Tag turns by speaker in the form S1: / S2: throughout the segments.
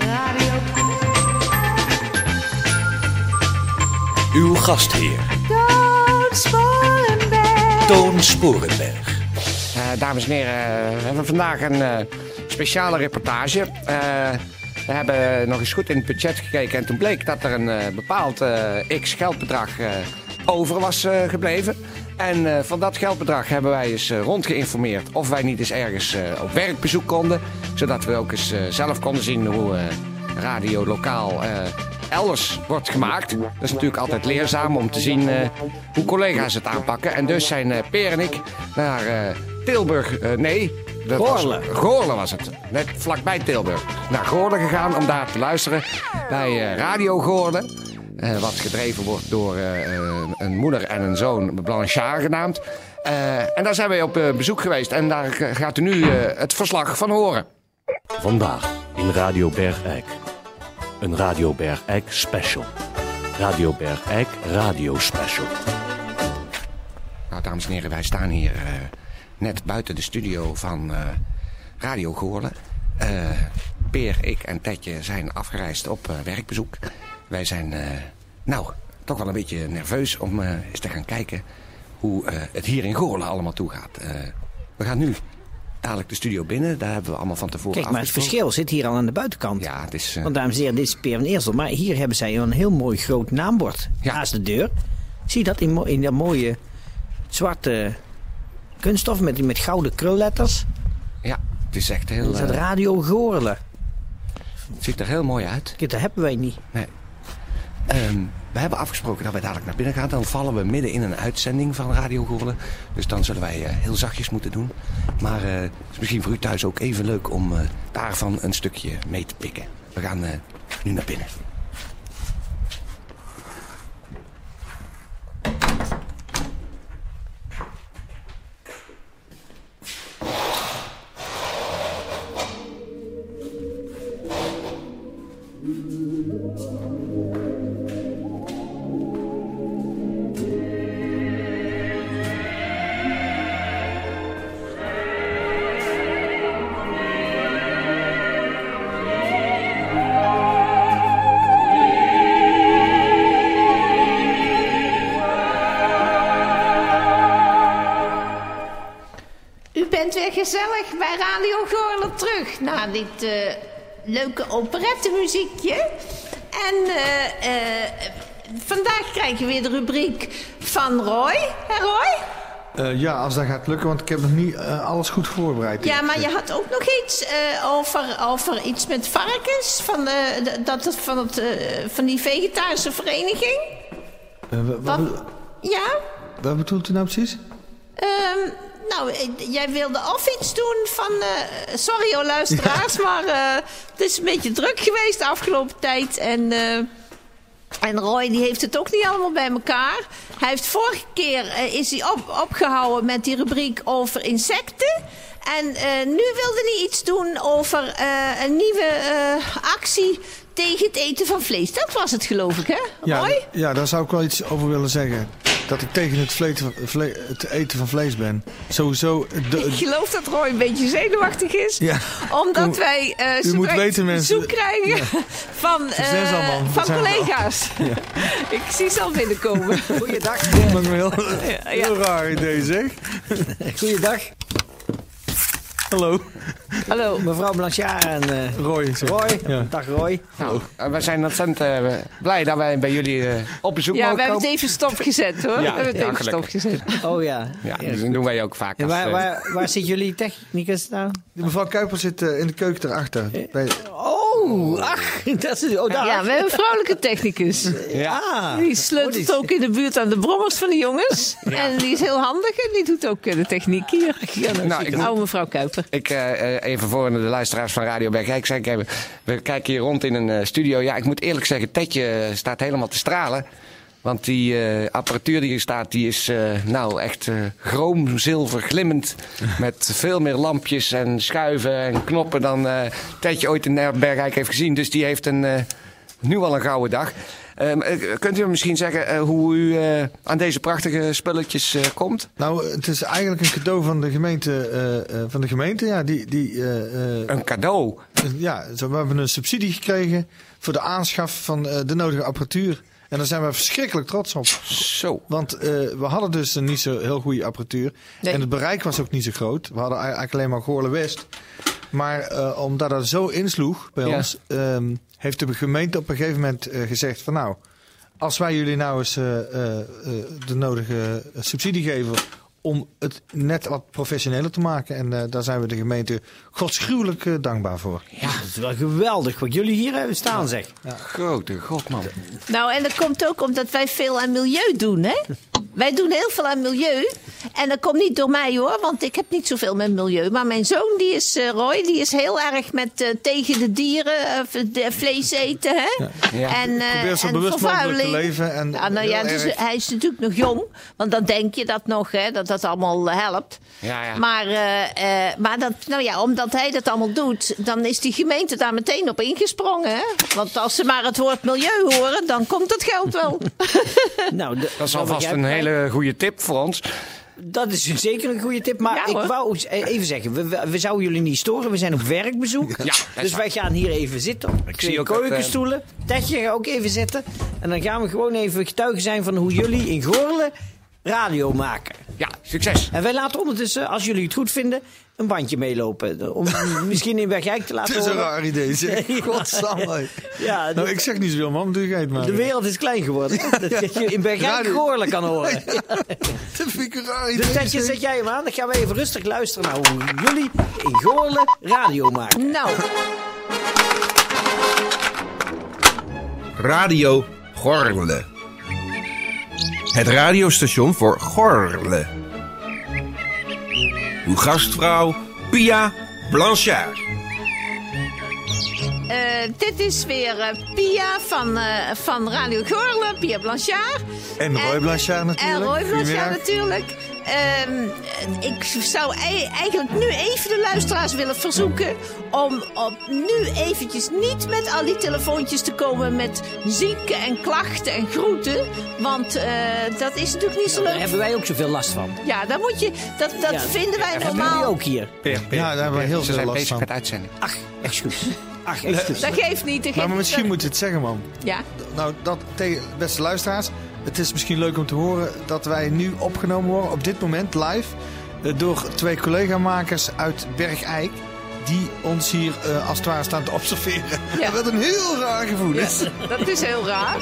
S1: Radio
S2: Uw gastheer
S1: Toon Sporenberg.
S2: Toon Sporenberg.
S3: Eh, dames en heren, we hebben vandaag een eh, speciale reportage. Eh, we hebben nog eens goed in het budget gekeken en toen bleek dat er een eh, bepaald eh, x geldbedrag eh, over was eh, gebleven. En eh, van dat geldbedrag hebben wij eens eh, rondgeïnformeerd of wij niet eens ergens eh, op werkbezoek konden. Zodat we ook eens eh, zelf konden zien hoe eh, radio lokaal eh, elders wordt gemaakt. Dat is natuurlijk altijd leerzaam om te zien eh, hoe collega's het aanpakken. En dus zijn eh Peer en ik naar eh, Tilburg, eh, nee... dat was-
S4: Goorle.
S3: Goorle was het, net vlakbij Tilburg. Naar Goorle gegaan om daar te luisteren bij eh, Radio Goorle. eh, wat gedreven wordt door eh, een- een moeder en een zoon, Blanchard genaamd. Eh, en daar zijn wij op eh, bezoek geweest en daar eh, gaat u nu eh, het verslag van horen.
S5: Vandaag in Radio Bergijk. Een Radio Bergijk special. Radio Bergijk radio special.
S3: Nou, dames en heren, wij staan hier eh, net buiten de studio van eh, Radio Goorlen. Eh, Peer, ik en Tetje zijn afgereisd op eh, werkbezoek. Wij zijn, eh, nou, toch wel een beetje nerveus om eh, eens te gaan kijken hoe eh, het hier in Goorlen allemaal toegaat. Eh, we gaan nu dadelijk de studio binnen. Daar hebben we allemaal van tevoren
S4: Kijk, maar het
S3: afgesproken.
S4: verschil zit hier al aan de buitenkant.
S3: Ja, het is... eh,
S4: Want dames en heren, dit is Peer van Eersel. Maar hier hebben zij een heel mooi groot naambord
S3: Ja.
S4: naast de deur. Zie je dat in, mo- in dat mooie zwarte kunststof met, met gouden krulletters?
S3: ja, het is echt heel...
S4: Dat is het
S3: eh,
S4: Radio Goorlen.
S3: het ziet er heel mooi uit.
S4: Kijk, dat hebben wij niet.
S3: Nee. Ehm, we hebben afgesproken dat wij dadelijk naar binnen gaan. Dan vallen we midden in een uitzending van Radio Goorlen. Dus dan zullen wij eh, heel zachtjes moeten doen. Maar eh, het is misschien voor u thuis ook even leuk om eh, daarvan een stukje mee te pikken. We gaan eh, nu naar binnen.
S6: U bent weer gezellig bij Radio Goorlen terug na dit eh, leuke operettemuziekje. En eh, eh, vandaag krijgen we weer de rubriek van Roy. Hè Roy?
S7: Eh, ja, als dat gaat lukken, want ik heb nog niet eh, alles goed voorbereid.
S6: Ja, maar je had ook nog iets eh, over, over iets met varkens van, eh, d- dat het, van, het, eh, van die vegetarische vereniging.
S7: Eh, wa- wa-
S6: Wat?
S7: wa-
S6: Ja?
S7: wat bedoelt u nou precies?
S6: Ehm, nou, eh, jij wilde of iets doen van... eh, sorry hoor, luisteraars, maar eh, het is een beetje druk geweest de afgelopen tijd. En, eh, en Roy die heeft het ook niet allemaal bij elkaar. Hij heeft vorige keer eh, is hij op, opgehouden met die rubriek over insecten. En eh, nu wilde hij iets doen over eh, een nieuwe eh, actie tegen het eten van vlees. Dat was het geloof ik, hè,
S7: Ja,
S6: Roy?
S7: d- ja, daar zou ik wel iets over willen zeggen. Dat ik tegen het, vleet- vle- het eten van vlees ben. Sowieso. eh, de-
S6: Ik geloof dat Roy een beetje zenuwachtig is.
S7: Ja.
S6: Omdat
S7: U-
S6: wij eh
S7: u
S6: zoek-
S7: moet weten, mensen.
S6: zoek krijgen van, eh,
S7: Succes allemaal. Dat
S6: van
S7: zijn we
S6: collega's. Ik zie ze al binnenkomen.
S4: Goeiedag.
S7: ik ben wel
S6: ja.
S7: heel raar idee, zeg.
S4: Goeiedag.
S7: Hallo,
S6: Hallo.
S4: Mevrouw Blanchard en eh,
S7: Roy. zeg.
S4: Roy.
S7: Ja.
S4: Dag Roy.
S3: Nou, eh, we zijn ontzettend eh, blij dat wij bij jullie eh, op bezoek
S6: Ja, we
S3: mogen
S6: hebben het
S3: komen.
S6: even stopgezet hoor. we hebben het even
S3: gelukkig.
S6: stopgezet.
S4: Oh ja.
S3: Ja, dat doen wij ook vaak.
S4: En
S3: Als,
S4: waar,
S3: eh,
S4: waar, waar zit jullie technicus nou?
S7: Mevrouw Kuiper zit eh, in de keuken erachter. Bij,
S4: Oh, Oeh, ach, dat is... Oh, daar.
S6: Ja, we hebben een vrouwelijke technicus.
S4: Ah.
S6: Die sleutelt ook in de buurt aan de brommers van de jongens. En die is heel handig en die doet ook eh, de techniek hier.
S3: Nou, ik moet-
S6: Oude mevrouw Kuiper.
S3: Ik, eh, eh, even voor de luisteraars van Radio Bergrijk. Zeg ik even, we kijken hier rond in een eh, studio. Ja, ik moet eerlijk zeggen, Tetje eh, staat helemaal te stralen. Want die eh, apparatuur die hier staat, die is eh, nou echt eh groom, zilver, glimmend. Met veel meer lampjes en schuiven en knoppen dan eh, Tetje ooit in eh, Bergrijk heeft gezien. Dus die heeft een, eh, nu al een gouden dag. Ehm, eh, kunt u misschien zeggen eh, hoe u eh, aan deze prachtige spulletjes eh, komt?
S7: Nou, het is eigenlijk een cadeau van de gemeente. eh, eh, van de gemeente, ja. Die, die, eh, eh,
S3: Een cadeau.
S7: ja zo, we hebben een subsidie gekregen voor de aanschaf van eh, de nodige apparatuur. En daar zijn we verschrikkelijk trots op.
S3: Zo.
S7: Want eh, we hadden dus een niet zo heel goede apparatuur.
S6: Nee.
S7: En het bereik was ook niet zo groot. We hadden eigenlijk alleen maar Goorle West. Maar eh, omdat dat zo insloeg bij
S3: Ja.
S7: ons, ehm, heeft de gemeente op een gegeven moment eh, gezegd van nou, als wij jullie nou eens eh, eh, eh, de nodige subsidie geven om het net wat professioneler te maken. En eh, daar zijn we de gemeente godsgruwelijk eh, dankbaar voor.
S4: Ja, dat is wel geweldig wat jullie hier hebben staan, zeg.
S3: Grote god, man.
S6: Nou, en dat komt ook omdat wij veel aan milieu doen, hè? Wij doen heel veel aan milieu. En dat komt niet door mij hoor, want ik heb niet zoveel met milieu. Maar mijn zoon, die is eh, Roy, die is heel erg met eh, tegen de dieren, eh, v- de- vlees eten, hè?
S3: Ja.
S6: En, eh,
S7: Probeer zo
S6: en
S7: bewust mogelijk te
S6: vervuiling.
S7: leven en
S6: ja, nou ja,
S7: heel
S6: dus
S7: erg-
S6: hij is natuurlijk nog jong, want dan denk je dat nog, hè, dat dat allemaal eh, helpt.
S3: Ja, ja.
S6: Maar, eh, eh, maar dat, nou ja, omdat hij dat allemaal doet, dan is die gemeente daar meteen op ingesprongen. Hè? Want als ze maar het woord milieu horen, dan komt dat geld wel.
S4: Nou,
S3: Dat is alvast een hele goede tip voor ons.
S4: Dat is zeker een goede tip. Maar
S6: Ja,
S4: ik
S6: hoor.
S4: wou eens, eh, even zeggen, we, we, we zouden jullie niet storen. We zijn op werkbezoek.
S3: dat is
S4: dus
S3: waar.
S4: wij gaan hier even zitten. op
S3: zie
S4: twee
S3: ook dat, eh,
S4: keukenstoelen. Tetje gaat ook even zitten. En dan gaan we gewoon even getuigen zijn van hoe jullie in Gorle radio maken.
S3: Ja, succes.
S4: En wij laten ondertussen, als jullie het goed vinden, een bandje meelopen. Om misschien in Bergijk te laten
S7: Het is een
S4: horen.
S7: raar idee, zeg.
S4: Ja.
S7: Godsamme.
S4: Ja,
S7: Nou, ik zeg niet zoveel, man. Doe jij het maar.
S4: De wereld is klein geworden. Dat je in Bergijk
S7: Radio-
S4: Goorlen kan horen.
S7: Dat vind ik een raar idee.
S4: Dus Tetje,
S7: zeg.
S4: zet jij hem aan. Dan gaan we even rustig luisteren naar hoe jullie in Goorlen radio maken.
S6: nou,
S8: Radio Gorle. Het radiostation voor Gorle. Uw gastvrouw Pia Blanchard.
S6: eh, dit is weer eh, Pia van, eh, van Radio Gorle, Pia Blanchard.
S7: En Roy Blanchard natuurlijk.
S6: En Roy Blanchard
S7: Goedemiddag.
S6: natuurlijk. Ehm, ik zou ei- eigenlijk nu even de luisteraars willen verzoeken om op nu eventjes niet met al die telefoontjes te komen met zieken en klachten en groeten. Want eh, dat is natuurlijk niet zo
S4: Daar
S6: leuk.
S4: hebben wij ook zoveel last van.
S6: Ja, dat, moet je, dat, dat
S4: Ja,
S6: vinden wij
S4: Hebben jullie
S6: normaal.
S4: ook hier?
S7: Ja, daar hebben we heel
S3: Ze
S7: veel
S3: zijn
S7: last
S3: bezig
S7: van.
S3: met uitzending.
S4: Ach, excuus. Ach, excuus.
S6: Dat geeft niet. Dat geeft
S7: Maar
S6: niet.
S7: misschien moet je het zeggen, man.
S6: Ja.
S7: Nou, dat, tegen- beste luisteraars, het is misschien leuk om te horen dat wij nu opgenomen worden, op dit moment live, eh, door twee collega-makers uit Bergijk. Die ons hier eh, als het ware staan te observeren.
S6: Ja.
S7: Wat een heel raar gevoel is.
S6: Dat is heel raar.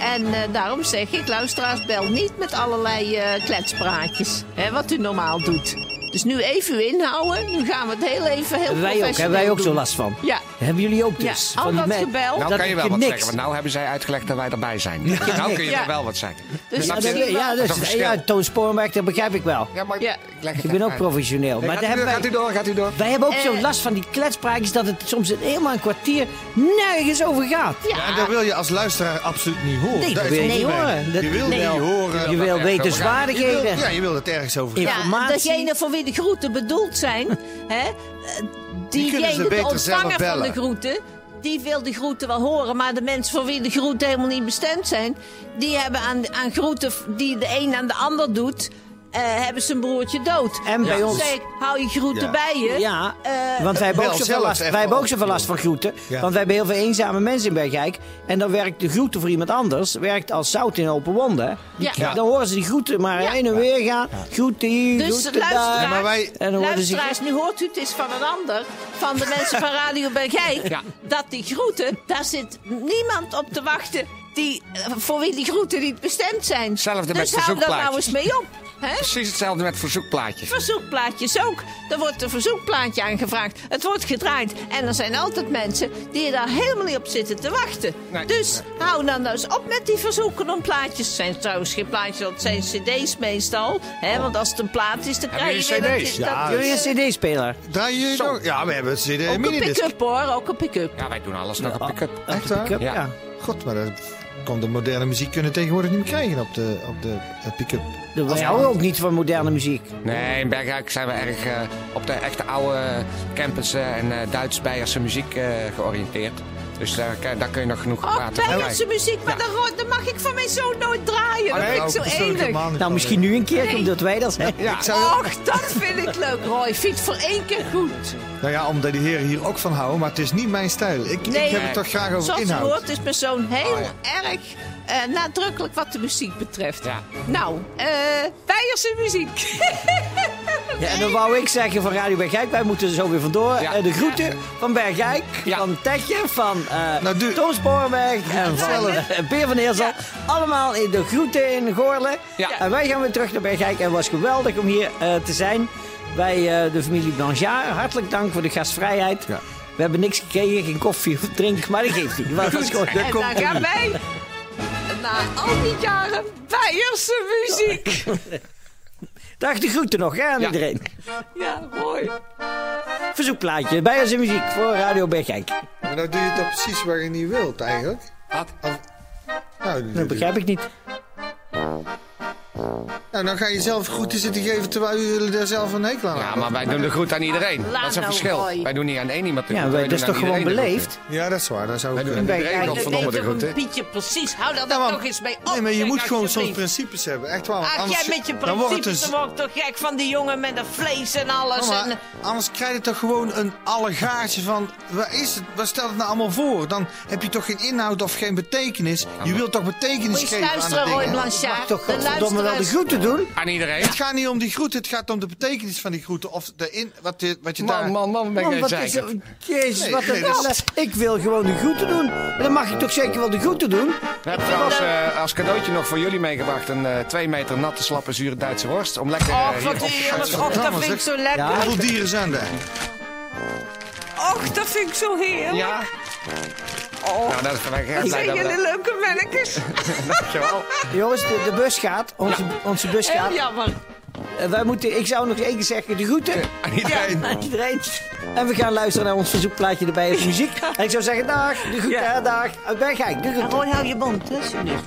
S6: En eh, daarom zeg ik, luisteraars, bel niet met allerlei eh, kletspraatjes. Hè, wat u normaal doet. Dus nu even uw inhouden. Nu gaan we het heel even
S4: Hebben
S6: heel
S4: wij ook, hebben
S6: professioneel
S4: wij ook
S6: doen.
S4: zo last van.
S6: Ja.
S4: Hebben jullie ook
S6: Ja,
S4: dus?
S6: al
S4: van die
S6: dat
S4: men-
S6: gebel.
S3: Nou
S4: dat
S3: kan je wel
S4: ik
S3: wat
S4: niks.
S3: zeggen, want nou hebben zij uitgelegd dat wij erbij zijn. Nou kun je
S6: Ja.
S3: er wel wat zeggen.
S6: Dus
S4: Ja,
S3: Snap
S4: dat,
S3: je?
S4: ja,
S3: nou, Dat is
S4: dat,
S3: een
S4: is-
S3: verschil.
S4: ja, Toon Sporenberg, dat begrijp ik wel.
S3: Ja, maar
S6: Ja.
S3: ik leg het
S4: Je bent
S3: even
S4: ook
S3: uit.
S4: professioneel.
S3: Nee,
S4: Maar daar
S3: gaat, u,
S4: hebben
S3: door, gaat u
S4: wij,
S3: door, gaat u door.
S4: wij hebben ook
S6: Eh.
S4: zo'n last van die kletspraatjes dat het soms een- helemaal een kwartier nergens over gaat.
S6: Ja,
S7: En dat wil je als luisteraar absoluut niet horen.
S4: Nee,
S7: Daar
S4: dat
S7: is
S4: wil je
S7: ons
S4: niet
S7: mee.
S4: horen. Dat-
S7: Je wil
S4: nee.
S7: niet horen.
S4: Je wil
S3: echt over
S7: Je wil-
S4: wetenswaardigheden.
S7: ja, je wil het ergens over
S4: Ja.
S7: hebben.
S6: ja,
S4: informatie.
S6: degene voor wie de groeten bedoeld zijn, hè, eh,
S7: kunnen ze
S6: diegene, de
S7: beter
S6: ontvanger
S7: zelf
S6: van de
S7: bellen.
S6: groeten, die wil de groeten wel horen. Maar de mensen voor wie de groeten helemaal niet bestemd zijn, die hebben aan, aan groeten v- die de een aan de ander doet, eh, hebben zijn broertje dood.
S4: En bij ons-
S6: Zeg, hou je groeten
S7: Ja.
S6: bij je.
S4: Ja,
S6: Eh,
S4: want wij hebben ook
S7: bel
S4: zoveel
S7: zelf
S4: last,
S7: even
S4: wij hebben ook
S7: op.
S4: zoveel last van groeten.
S7: Ja.
S4: Want wij hebben heel veel eenzame mensen in Bergijk. En dan werkt de groeten voor iemand anders werkt als zout in open wonden.
S6: Ja. Ja.
S4: Dan horen ze die groeten maar
S6: Ja.
S4: heen en weer gaan. Groeten hier,
S6: Dus
S4: groeten daar.
S6: luisteraars,
S7: Ja, maar wij-
S4: En dan worden ze-
S6: luisteraars, nu hoort u het is van een ander, van de mensen van Radio Bergijk,
S3: Ja.
S6: dat die groeten, daar zit niemand op te wachten die, eh, voor wie die groeten niet bestemd zijn.
S3: Zelfde
S6: dus
S3: met de
S6: hou daar
S3: zoekplaatjes.
S6: nou eens mee op. Hè?
S3: Precies hetzelfde met verzoekplaatjes.
S6: Verzoekplaatjes ook. Er wordt een verzoekplaatje aangevraagd. Het wordt gedraaid. En er zijn altijd mensen die daar helemaal niet op zitten te wachten.
S3: Nee.
S6: dus hou dan nou eens op met die verzoeken om plaatjes. Het zijn trouwens geen plaatjes, dat zijn cd's meestal. Hè? Want als het een plaat is, dan krijg je...
S3: jullie
S6: weer
S3: cd's?
S6: Dat,
S7: Ja,
S6: dat,
S4: Wil je een cd-speler?
S7: Draai je
S3: Zo.
S7: nog? Ja, we hebben het CD
S6: ook een
S7: minidisc.
S6: pick-up hoor, ook een pick-up.
S3: Ja, wij doen alles nog op pick-up.
S7: Echt waar?
S4: Pick-up,
S3: Ja.
S4: ja.
S7: God, maar dat kan de moderne muziek kunnen tegenwoordig niet meer krijgen op de, op de eh, pick-up.
S4: Dus Wij houden ook niet van moderne muziek.
S3: Nee, in Bergrijk zijn we erg eh, op de echte oude campus eh, en eh, Duits-Beierse muziek eh, georiënteerd. Dus daar, kan- daar kun je nog genoeg
S6: Oh,
S3: praten. van
S6: Beierse
S3: krijgen.
S6: muziek, maar dat ro- dat mag ik van mijn zoon nooit draaien. Dat
S7: Nou,
S6: vind ik zo
S7: persoonlijk
S6: enig.
S7: helemaal niet
S4: Nou,
S7: van,
S4: misschien
S7: eh.
S4: nu een keer,
S6: Nee.
S4: omdat wij dat zijn.
S3: Ja,
S6: Och, dat vind ik leuk, Roy. Vind het voor één keer goed.
S7: Nou ja, omdat die heren hier ook van houden, maar het is niet mijn stijl. Ik,
S6: Nee.
S7: ik heb het toch graag over
S6: Zoals je
S7: inhoud. Ah,
S6: hoort is mijn zoon heel erg eh, nadrukkelijk wat de muziek betreft.
S3: Ja.
S6: Nou, eh Beierse muziek.
S4: Ja, en dan wou ik zeggen van Radio Bergijk, wij moeten er zo weer vandoor.
S3: Ja.
S4: Eh, de groeten van Bergijk,
S3: Ja.
S4: van Tetje, van eh
S7: Nou, doe-
S4: Toon Sporenberg en van eh, Peer van Heersel.
S6: Ja.
S4: Allemaal in de groeten in Goorlen.
S3: Ja.
S4: En wij gaan weer terug naar Bergijk en het was geweldig om hier eh, te zijn. Wij, eh, de familie Blanchard, hartelijk dank voor de gastvrijheid.
S7: Ja.
S4: We hebben niks gekregen, geen koffie of drink, maar dat geeft niet. Maar dat is gewoon-
S6: en daar gaan wij na al die jaren Beierse muziek.
S4: Dag de groeten nog hè, aan
S3: Ja.
S4: iedereen.
S6: Ja, mooi.
S4: Verzoekplaatje, bij ons in muziek voor Radio Bergijk.
S7: Maar nou doe je het dan precies waar je niet wilt eigenlijk.
S3: Wat?
S7: Of- nou,
S4: Dat begrijp ik niet.
S7: Nou, dan ga je zelf groeten zitten geven terwijl jullie daar zelf een hekel aan
S3: Ja,
S7: hebben.
S3: maar wij doen de groet aan iedereen.
S6: Laat
S3: dat is een
S6: nou,
S3: verschil.
S6: Roy.
S3: Wij doen niet aan één iemand de
S4: Ja,
S3: groet.
S4: wij-
S3: wij
S4: dat is
S3: doen
S4: toch
S3: aan
S4: gewoon
S3: iedereen de
S4: beleefd?
S7: Ja, dat is waar. Dat zou
S3: Wij doen aan
S7: kunnen.
S3: iedereen nog verdomme de groet. hè?
S6: Pietje, precies. Hou dat
S7: Ja, Nou, maar-
S6: nog eens mee op.
S7: Nee, maar je
S6: zeg,
S7: moet gewoon soms
S6: alsjeblieft.
S7: principes hebben. Echt waar. want
S6: Ach,
S7: anders-
S6: jij met je
S7: dan wordt het dus-
S6: principes, dan
S7: een-
S6: word ik toch gek van die jongen met dat vlees en alles.
S7: Mama,
S6: en, eh,
S7: anders krijg je toch gewoon een allegaartje van... Waar is het? Waar stelt het nou allemaal voor? Dan heb je toch geen inhoud of geen betekenis? Je wilt toch betekenis
S6: moet je eens
S7: geven aan
S6: luisteren,
S7: de
S6: Roy
S7: dingen?
S6: Blanchard.
S4: Toch
S6: de
S4: godverdomme wel de
S6: luisteraars-
S4: groeten doen.
S3: Aan iedereen?
S7: Het gaat niet om die groet, het gaat om de betekenis van die groeten. Of de in, wat, je- wat je daar...
S3: Man, man, man, ben
S4: Man,
S3: ik
S4: wat is
S3: zeker.
S4: er- Jezus,
S7: Nee,
S4: wat
S7: nee,
S4: een
S7: dat
S4: wel. Ik wil gewoon de groeten doen. Dan mag ik toch zeker wel de groeten doen?
S3: We hebben trouwens eh, als cadeautje nog voor jullie meegebracht een eh, twee meter natte, slappe, zure Duitse worst. Om lekker
S4: Oh,
S3: eh,
S6: Och,
S3: hier op
S6: wat
S3: te
S6: heerlijk.
S3: gaan.
S6: Och, dat
S7: Godverdamme,
S6: vind ik
S7: zeg.
S6: zo lekker.
S7: Hoeveel dieren zijn er?
S6: Och, dat vind ik zo heerlijk.
S3: Ja? Nou, dat gaan wij graag blij
S6: Zijn
S3: dat we
S6: jullie leuke mannetjes?
S3: dat- Dankjewel.
S4: Jongens, de, de bus gaat. Onze, onze bus gaat.
S6: Heel jammer.
S4: Eh, wij moeten, ik zou nog één keer zeggen, de groeten
S3: Aan iedereen.
S4: aan iedereen. En we gaan luisteren naar ons verzoekplaatje erbij is muziek. En ik zou zeggen, dag, de groeten,
S6: Ja.
S4: hè, dag. Uit Bergijk, de groeten.
S6: Roy, hou je mond, hè, alsjeblieft.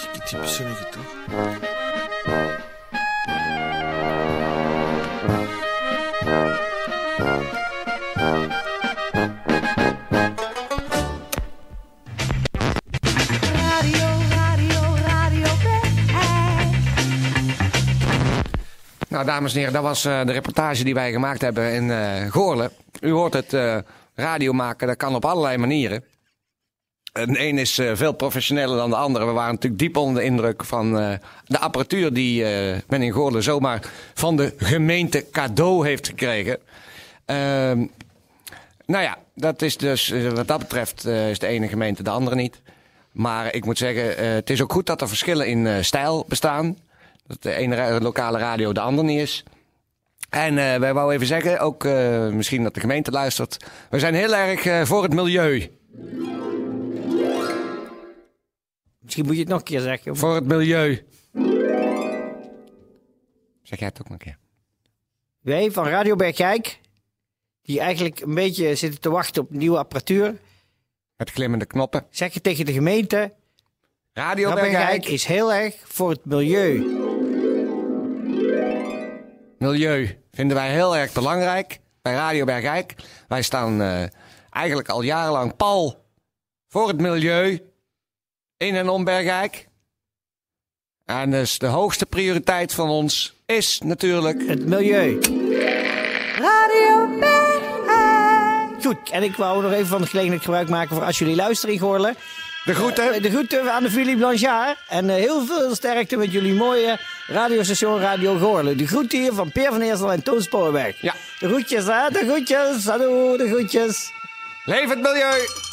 S7: Dikke type zinnige toch?
S1: Radio, radio, radio Bergijk.
S3: Nou, dames en heren, dat was eh, de reportage die wij gemaakt hebben in eh Goorlen. U hoort het, eh, radio maken, dat kan op allerlei manieren. En de een is eh, veel professioneler dan de andere. We waren natuurlijk diep onder de indruk van eh, de apparatuur die eh, men in Goorlen zomaar van de gemeente cadeau heeft gekregen. Ehm, nou ja, dat is dus eh, wat dat betreft eh, is de ene gemeente de andere niet. Maar ik moet zeggen, eh, het is ook goed dat er verschillen in eh, stijl bestaan. Dat de ene ra- lokale radio de andere niet is. En eh, wij wou even zeggen, ook eh, misschien dat de gemeente luistert. We zijn heel erg eh, voor het milieu.
S4: Misschien moet je het nog een keer zeggen.
S3: Voor het milieu. Zeg jij het ook nog een keer?
S4: Wij van Radio Bergijk, die eigenlijk een beetje zitten te wachten op nieuwe apparatuur,
S3: Met glimmende knoppen.
S4: zeggen tegen de gemeente,
S3: Radio
S4: Bergijk
S3: Bergijk.
S4: is heel erg voor het milieu.
S3: Milieu vinden wij heel erg belangrijk bij Radio Bergijk. Wij staan eh, eigenlijk al jarenlang pal voor het milieu in en om Bergijk. En dus de hoogste prioriteit van ons is natuurlijk
S4: Het milieu.
S1: Radio Bergijk.
S4: Goed, en ik wou nog even van de gelegenheid gebruik maken voor als jullie luisteren in Goorlen.
S3: de groeten.
S4: De groeten aan de familie Blanchard. En eh, heel veel sterkte met jullie mooie radiostation Radio Goorlen. De groeten hier van Peer van Eersel en Toon Spoorberg.
S3: Ja.
S4: De groetjes, hè? De groetjes. Hallo, de groetjes.
S3: Leef het milieu!